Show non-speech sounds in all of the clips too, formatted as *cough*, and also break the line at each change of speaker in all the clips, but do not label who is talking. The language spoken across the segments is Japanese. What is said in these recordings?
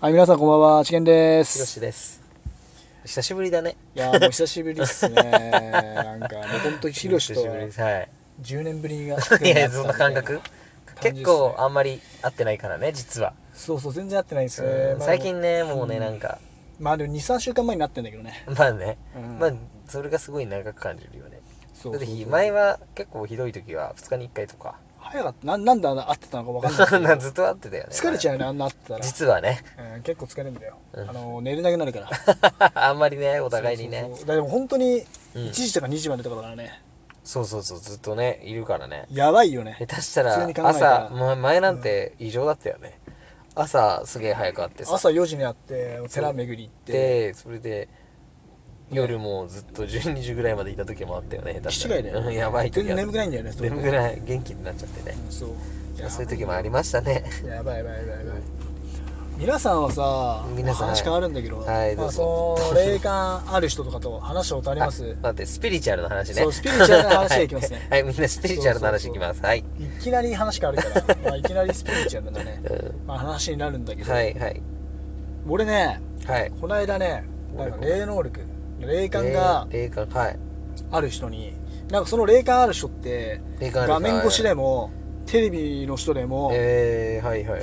はい、皆さんこんばんは、ちげんで
ひろ
す。
しです。久しぶりだね。
いやー、もう久しぶりっすね。なんか、もう本当にひろしと
久ぶりですはい。
10年ぶりが。
いや、そんな感覚。
じっすね
結構あんまり会ってないからね、実は。
そうそう、全然会ってないですね。
うん
まあ
最。近ね、もうね、
うん
なんか、 *laughs*
まあでも2、3週間前になってんだけどね。
まあね、
うん
まあ、それがすごい長く感じるよね。
そ
だ
うそ
っ
うそ
て
う
前は結構ひどい時は2日に1回とか、
早かった。ななんであんな会ってたのか分
*laughs*
かんない。
ずっと会ってたよね。
疲れちゃう
う
よね、あんな会ってたら。
実はね、 *laughs*
うん、結構疲れるんだよ。あ
うん
の、寝れなくなるから。
あんまりね、お互いにね
そう。そうそうだからもう本当に
うん
1時とか2時までとかだからね。
そうそうそう、ずっとね、いるからね。
やばいよね
下。手した
普
ら
通に考えたら
朝ま前なんて異常だったよね、朝すげえ早く会ってさ
朝4時に会って、お寺巡り行って。
でそれで夜もずっと12時ぐらいまでいた時もあったよね下手したら
気違いだよね
うんやばい時
全然眠くないんだよねそれ
眠くない元気になっちゃってね
うんそう。
そういう時もありましたね
やばいやばいやばいやばい皆さんはさ
皆さん
話変わるんだけど、
はい
ま
ど
あ、
う
その
ぞ
霊感ある人とかと話したことあります
待ってスピリチュアルの話ね
そうスピリチュアルの話へ行きますね
*laughs* はい、はいみんなスピリチュアルの話いきますはい、
いきなり話変わるから、
*laughs*
まあ、いきなりスピリチュアルなね、
う
まあ、話になるんだけ
ん、
ど、
はいはい
俺ね
はい
こないだねなんか霊能力霊感が
霊霊感はい
ある人になんかその霊感ある人って
霊感ある
画面越し
は
で
い
もテレビの人でも
えー、はいはいはい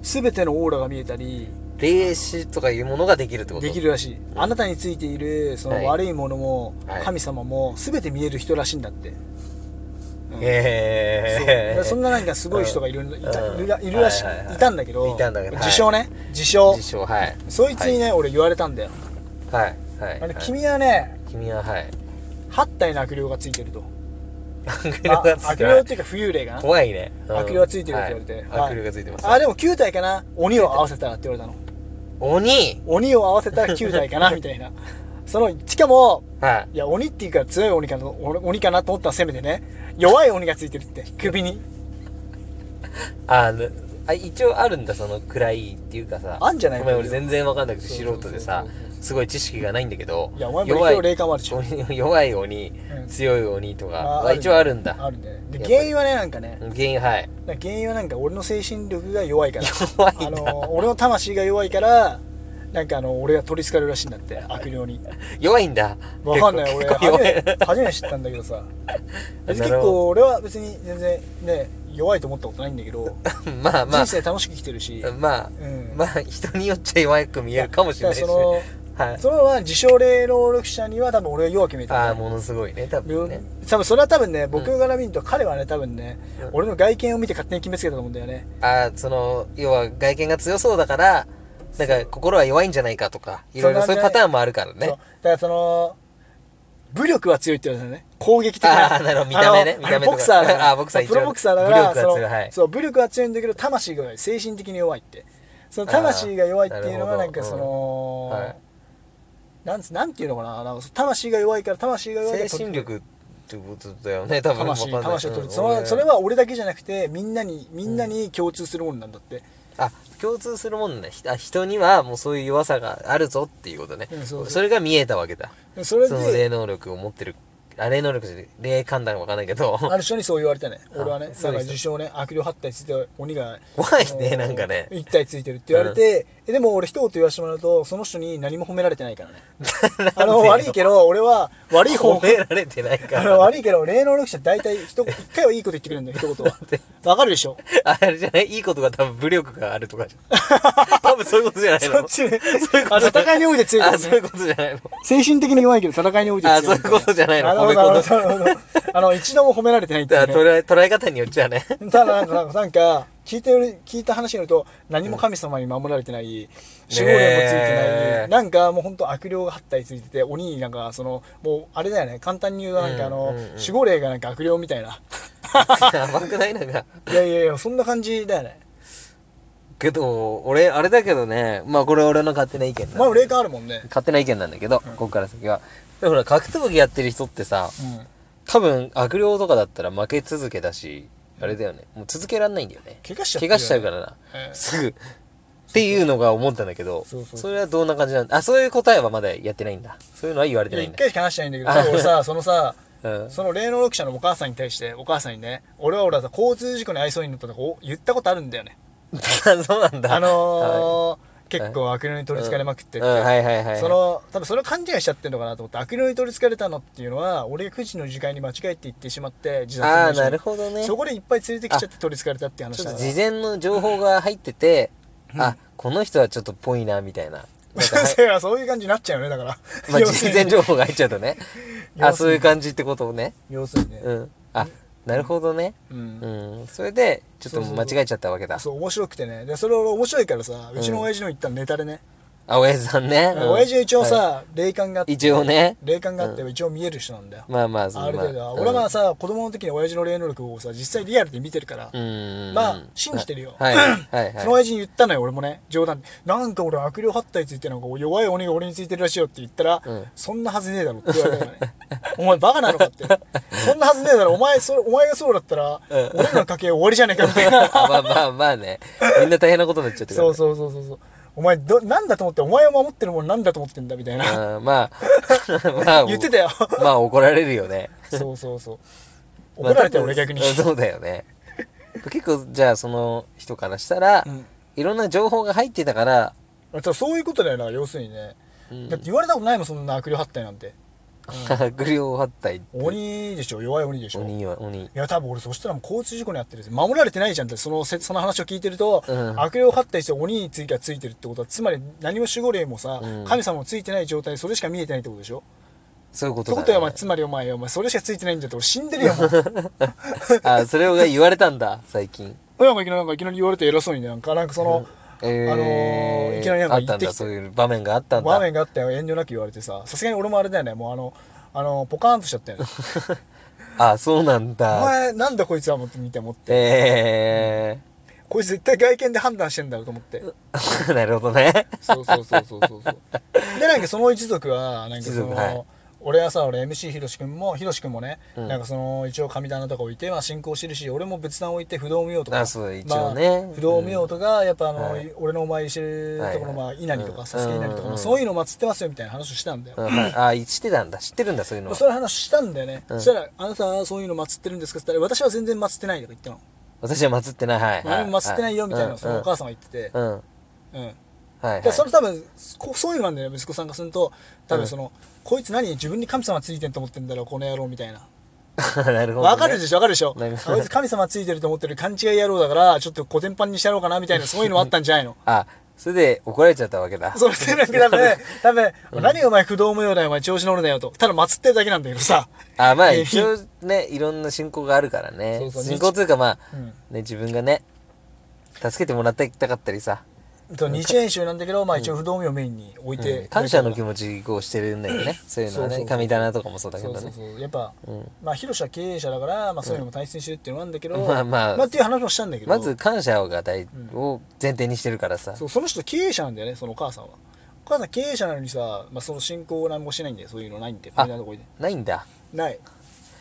全てのオーラが見えたり
霊視とかいうものができるってこと
できるらしいあなたについているそ
は
の
い
悪いものも
はい
神様も全て見える人らしいんだって、うんそう
へ
で
え
そんななんかすごい人がいる,、
うん
いた
うん
いるらいるらし、
はい
い
はいはい
たんだけど
いたんだけど
自称ね、自称
自称はい
そいつにね、俺言われたんだよ、
はいはい
あの
はい
君はね
君ははい
8体の悪霊がついてると
悪霊
あ
がつい
悪
て
霊
る
っていうか浮遊霊かな
怖いねうん
悪霊がついてるって言われて、
は
はい
い悪霊がついてます
あでも9体かな鬼を合わせたらって言われたの
鬼
鬼を合わせたら9体かなみたい
*laughs*
なそのしかも
はい
いや、鬼っていうから強い鬼かな、鬼鬼かなと思ったらせめてね、弱い鬼がついてるって、首に。
あのあ一応あるんだその暗いっていうかさ
あんじゃない
ごめん俺全然わかんなくて
そう
素人でさ
そうそうそう
すごい知識がないんだけど
いや、お前も
弱
一応
い
霊感もあるでしょ。
鬼弱い鬼
ん
強い鬼とか
あ
は一応あるんだ
あるんだよね。
や
で、
っぱり
原因はね、なんかね、
原因はい *laughs*
なんか原因はなんか俺の精神力が弱いから。
弱い
あ
ん
の
だ
ー、俺の魂が弱いから、なんかあの、俺が取り憑かれるらしいんだ
*laughs*
って、悪霊に。
弱いんだ
わかんない、俺、
結構
初め
結構弱い
初めて知ったんだけどさ。
*laughs*
別に
な
結
るほど
構、俺は別に全然ね、弱いと思ったことないんだけど、
*laughs* ま *laughs* あまあ
人生楽しく生きてるし。
まあ、
うん
まあ人によっちゃ弱く見えるかもしれないし、ね、
だからそ
はい
それは自称霊能力者には多分俺が弱く見えたんだ
あ
よ
あものすごいね多分ね
多分それは多分ね僕から見ると彼はね多分ね、
うん
俺の外見を見て勝手に決めつけたと思うんだよね
ああその要は外見が強そうだからなんか心は弱いんじゃないかとかいろいろ
そ
そうう
なんじゃない
いうパターンもあるから
そうだ
ね
からその武力は強いって言われたのね攻撃的
あ
な
ーなるほど見た目ね
あの
見た
あれ
目とか
ボクサーだから
*laughs* あーボクサー一応
プロボクサーだから
武力は強いはい
そのそう武力は強いんだけど魂が精神的に弱いってその魂が弱いっていうのは
あ
な
ーなんるほど
かその、
はい
なんつなんていうのかななんか魂が弱いから魂が弱いから
精神力ってことだよね多分
*laughs* 魂
わかんない
魂を取る、
うん
その
うん
それは俺だけじゃなくてみんなにみんなに共通するものなんだって、
あ共通するもんねひあ人にはもうそういう弱さがあるぞっていうことね、
うんそうそう
れが見えたわけだ
それ
その霊
で
能力を持ってるあ霊能力じゃない霊感だかわかんないけど
ある人にそう言われたね
あ
俺はねだ
そ
か
うで
ら
す
自称ね悪霊8体ついてる鬼が
怖いね
あの
なんかね
1体ついてるって言われて、えでも俺一言言わせてもらうとその人に何も褒められてないから
*laughs*
ねあの悪いけど俺は悪い方
褒められてないか
あ
ら
の悪いけど霊能力者大体一言一回はいいこと言ってくれるんだよ一言はわかるでしょ
あれじゃないいいことが多分武力があるとかじゃん。 *laughs* 多分そういうことじゃないの
そっちね
そういうこと
*laughs*
じゃな
あ戦いにおいて強いって
あ、
ことね
そういうことじゃないの。
精神的に弱いけど戦いにおいて強い
あそういうことじゃないの
なるほどなる
褒め
ほどなるほどあの一度も褒められてないってい
だ
う
か
ね
ら捉え捉え方によっちゃね。 *laughs*
ただなんか、なんか、聞いてる、聞いた話によると、何も神様に守られてない、守護霊もついてな
ねえ
い、なんかもう本当悪霊が8体ついてて、鬼になんか、その、もうあれだよね、簡単に言うとなんかあの、
うんうんうん
守護霊がなんか悪霊みたいな。
やばくないなんか。
いやいやいや、そんな感じだよね。
けど、俺、あれだけどね、まあこれ俺の勝手な意見
お前
だ
も。霊感あるもんね。
勝手な意見なんだけど、ここから先は。でほら、格闘技やってる人ってさ、
うん。
多分悪霊とかだったら負け続けだし、あれだよね。もう続けらんないんだよね。
怪我しちゃって
怪
るよね
我しちゃうからな。
ええ
すぐ。っていうのが思ったんだけど、
そうそう
それはどんな感じなんだあ、そういう答えはまだやってないんだ。そういうのは言われて
いや
ないん
一
だ。
回しか話してないんだけど、多分俺さ、そのさ、
うん。
その霊能力者のお母さんに対して、お母さんにね、俺は俺は
*laughs*
さ、交通事故に遭いそうになったとかお言ったことあるんだよね。
そうなんだ。
あのー結構悪霊に取りつかれまくってって、
うんうんはいはいはいはい
その多分それを勘違いしちゃってるのかなと思って悪霊に取りつかれたのっていうのは俺が9時の時間に間違えて行ってしまって自殺
ああ
にしま
な
った
るほどね
そこでいっぱい連れてきちゃって取りつかれたっていう
ち
話
ょっ
だ
と
から
事前の情報が入ってて、あこの人はちょっとっぽいなみた
*laughs*
いななんかは
先
い
生はそういう感じになっちゃうよねだから、
まあ、
要す
事
る
前
に
情報が入っちゃうと
*laughs*
ねあ
要す
そう
るに
いう感じってことをね
要するにね、
うんあなるほどね
う
うんん、それでちょっと間違えちゃったわけだ
そう面白くてねでそれ俺面白いからさうちの親父の言ったネタでね、
あ親父さんね、うん
親父は一応さ、
は
霊感があって
一応ね
霊感があって一応見える人なんだよ
い、まあまあその
ある程度
ま
は
あ
俺はまあさ、子供の時に親父の霊能力をさ実際リアルで見てるから、
うん
まあ信じてるよ
はいはいはい
その親父に言ったのよ俺もね冗談でなんか俺悪霊発体ついてなんか弱い鬼が俺についてるらしいよって言ったら、
うん
そんなはずねえだろって言われたからね *laughs* お前バカなのか
*laughs*
ってそんなはずねえだろお前そお前がそうだったら、俺らの家系終わりじゃねえかみたい
*laughs*
な
あ *laughs* まあまあまあねみんな大変なことになっちゃってるから
そ
ね
うそうそうそうそうお前どなんだと思ってお前を守ってるもんなんだと思ってんだみたい
*laughs*
な
うんまあまあ
*laughs* 言ってたよ
まあ怒られるよね
そうそうそう怒られたよ
ま
俺
あ
逆に
うん *laughs* そうだよね結構じゃあその人からしたら、
うん
いろんな情報が入ってたから
だからそういうことだよな要するにね、
うん
だって言われたことないもんそんな悪霊発体なんて
*laughs* 悪霊発体って
鬼でしょ弱い鬼でしょい
鬼は鬼
や多分俺そしたらもう交通事故に遭ってるんですよ守られてないじゃんってそのせその話を聞いてると、
うん
悪霊を発体して鬼についてはついてるってことはつまり何も守護霊もさ、
うん
神様もついてない状態それしか見えてないってことでしょ
そういうこ
って
とだ、
こ
ね、
とは、まあ、つまりお前お前それしかついてないんだって俺死んでる
*laughs*
よもう
あそれが言われたんだ最近
なんかいきなりなんかいきなり言われて偉そうにねなんかなんかその、
えー、
あのーいきなりなんか
あっ
言
た
っ
ん
てき
だ
て
そういう場面があったんだ
場面があったよ遠慮なく言われてささすがに俺もあれだよねもうあのあのポカーンとしちゃったよね
あそうなん
お
だ
前なんだこいつは思って見て思って
え
こいつ絶対外見で判断してんだろうと思って
ー、 *laughs* なるほどね
そうそうそうそうそうそう。で、なんかその一族は、なんかそ
一族はい
の、俺はさ、俺 MC ひろしくんも、ひろしくんもね、
うん
なんかその、一応神棚とか置いて、まあ信仰してるし、俺も仏壇置いて不動明王とか。
あそう一応ね
まあ不動明王とか、やっぱあの、
はい
俺のお参りしてるところ、ま
は
あ
いはい
稲荷と
うん
か、サスケ稲荷とか
うん
も、そういうの祀ってますよみたいな話をしたんだよ。
うんはいあ知ってたんだ知ってるんだそういうの
まあ
は
そういう話したんだよね。
うん
そしたら、あなたはそういうの祀ってるんですかって言ったら、私は全然祀ってないとか言ったの。
私は祀ってないはい、はい、
何も祀ってないよみたいなのをそのお母
さ
さんが言ってて
う。ん、うん
うん。
はい、は
で
い。
その多分こそういうのなんだよね息子さんがすると多分その、こいつ何自分に神様ついてんと思ってんだろうこの野郎みたいな
*laughs* なるほど、ね。
わかるでしょわかるでしょ
なるほど
こいつ神様ついてると思ってる勘違い野郎だからちょっとコテンパンにしてやろうかなみたいなそういうのあったんじゃ
*laughs*
ないの
あ、それで怒られちゃったわけだ。
それでなんか多分ね多分、何がお前不動無用だよお前調子乗るなよとただ祀ってるだけなんだけどさ
あ、まあ
えー
一応ね、いろんな信仰があるからね。
そうそう
信仰というかまあ、
うん
ね、自分がね、助けてもらいたかったりさ、
と日演習なんだけどまあ一応不動無用をメインに置いて、
うん感謝の気持ちをしてるんだけどね。そういうの
そうそ
は
うそ
ね、
う
神棚とかもそうだけ
そ
ど
うそ
ね。
うそうやっぱ、
うん
まあ広志は経営者だから、まあ、そういうのも大切にしてるっていうのもあるんだけど、
うんまあまあ
っていう話もしたんだけど
まず感謝が大、を前提にしてるからさ。
そうその人経営者なんだよねそのお母さんはお母さん経営者なのにさ、まあ、その信仰を何もしないんだよそういうのないんだよ
あ
こんなとこに
ないんだ。
ない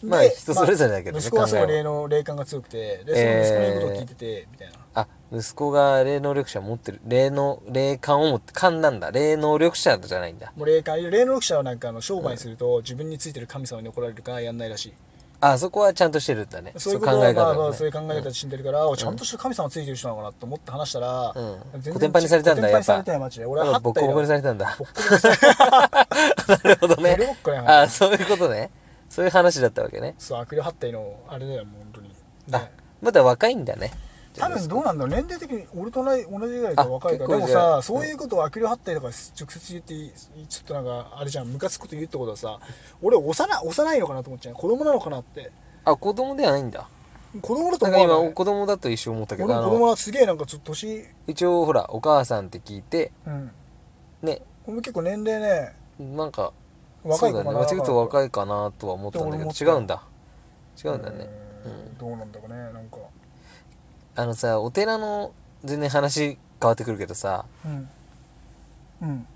まあ
で
人それぞれだけど
ま
ね
あ息子は
考
す
えは
ごい霊の霊感が強くてでその息子の言うことを聞いてて、みたいな
あ、息子が霊能力者持ってる。霊能、霊感を持って、感なんだ。霊能力者じゃないんだ。
もう霊感霊能力者はなんかあの商売すると、自分についてる神様に怒られるからやんないらしい
あ、そこはちゃんとしてるんだね。
そういうこ
考
とは
え
ま
方が
あまあ
ね
そういう考え方で死んでるから、おちゃんとした神様ついてる人なのかなと思って話したら、
うん
全然
コテンパンにされたんだ
コテンパン
やっ
にさ
ぱ
れたよマジで俺
うん
は
ボッコボコにさ
れ
れたんだ
*laughs* ボッコボコにされた
なるほどね
やめろこれ
あそういうことねそういう話だったわけね
そう悪霊発体のあれだよもう本当に、ね
あまだ若いんだね
多分どうなんだろう年齢的に俺と同じ同じぐらいか
あ
若いからで
結構
も
じゃ
さ
あ
そういうことを悪霊発体とか直接言っていいちょっとなんかあれじゃんムカつくこと言うってことはさ俺幼幼いのかなと思っちゃう子供なのかなって
あ子供ではないんだ
子供だと
なん
思
か
わ
今
ない
お子供だと一瞬思ったけ
俺
どあ
も子供
の
はすげえなんかちょっと年
一応ほらお母さんって聞いて
うん
ね
俺も結構年齢ね
なんか
若い
そ
子
うだ
か
ね
な
間違えて若いかなとは思ったんだけ
俺
ど
も
違うんだ違うんだね
うーんどうなんだろうねなんか
あのさお寺の全然話変わってくるけどさ
うんうん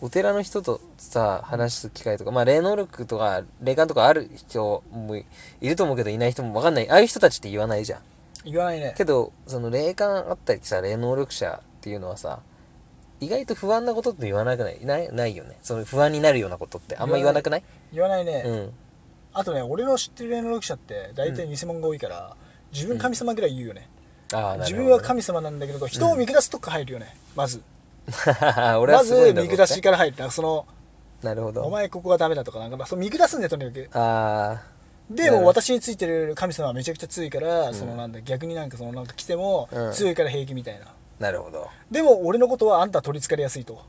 お寺の人とさ話す機会とか、まあ、霊能力とか霊感とかある人もいると思うけどいない人も分かんないああいう人たちって言わないじゃん
言わないね
けどその霊感あったりさ霊能力者っていうのはさ意外と不安なことって言わなくないないないよねその不安になるようなことってあんま言わなくない
言わないね、
うん
あとね俺の知ってる霊能力者って大体偽物が多いから、自分神様ぐらい言うよね、
ああなるほどね、
自分は神様なんだけど人を見下すとこ入るよね、まず
*laughs* 俺は
ます
ごい
ず
んだ
見
ぞ
下しから入ったその
なるほ
お
ど
前ここがダメだとかなんか、まあ、そう見下すんだよとにかく
あ
でも
う
うん私についてる神様はめちゃくちゃ強いから、そのなんだ逆になんかそのなんか来ても
うん
強いから平気みたいな、
あなるほど
でも俺のことはあんた取りつかれやすいと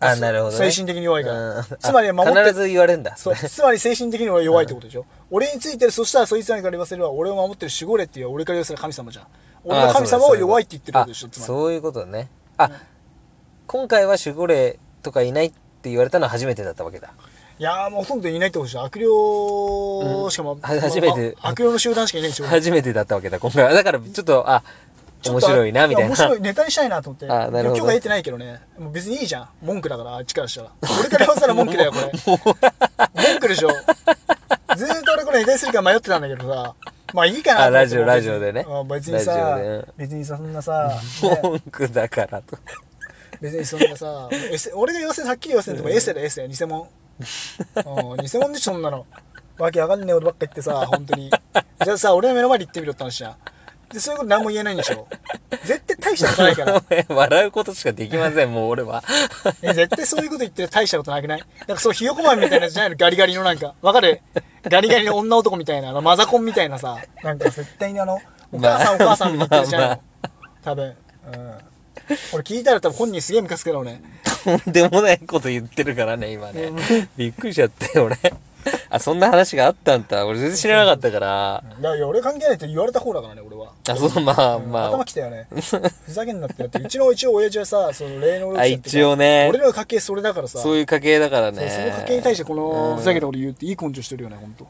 あ
そ
なるほど、ね、
精神的に弱いから、
うん
つまり守って
あ必ず言われるんだ *laughs*
そうつまり精神的に俺は弱いってことでしょ、俺についてるそしたらそいつらから言わせれば俺を守ってる守護霊っていう俺から言わせたら神様じゃん俺の神様を弱いって言ってることでしょ
あ
つまり
そういうことねあ、今回は守護霊とかいないって言われたのは初めてだったわけだ
いやーもうほとんどいないってことでしょ悪霊しかも、
は初めて
あ悪霊の集団しかいないんでしょ
初めてだったわけだ今回はだからちょっとあ
ちょ
*laughs* 面
っと
白いなみたいな
面白いネタにしたいなと思って
*laughs* あなるほど
許可得てないけどねもう別にいいじゃん文句だからあっちからしたら俺から言わせたら文句だよ
*laughs*
これ文句でしょずーっと俺これネタにするか迷ってたんだけどさまあいいかな
あラジ
と
オ
思って
ラジオでね
あ別に
ラ
さ
ジオでうん
別にさそんな
*laughs*
さ、ね
文句だからと
別にそんなさエセ俺が言わせはっきり言わせんともエセだエセ偽物うん偽物でしょそんなのわけわかんねえことばっか言ってさ本当にじゃあさ俺の目の前で言ってみろって話じゃんでそういうこと何も言えないんでしょ絶対大したことないから
笑うことしかできませんもう俺は
え絶対そういうこと言ってる大したことなくないなんかそうひよこまんみたいなやつじゃないのガリガリのなんかわかるガリガリの女男みたいなあのマザコンみたいなさなんか絶対にあのお母さんお
まあ
母さんみたいなやつじゃないの
ま
多分、うん、俺聞いたら多分本人すげえムカつくだろうね
とんでもないこと言ってるからね今ねびっくりしちゃって俺あそんな話があったんだ俺全然知らなかったから
いやいや俺関係ないって言われた方だからね俺は、
あそうまあま
頭
あ
きたよねふざけんなってだってうちの一応親父はさその霊能力者
あ
っていうか
一応ね
俺らの家系それだからさ
そういう家系だからね
その家系に対してこの
うん
ふざけたこと言うっていい根性してるよね本当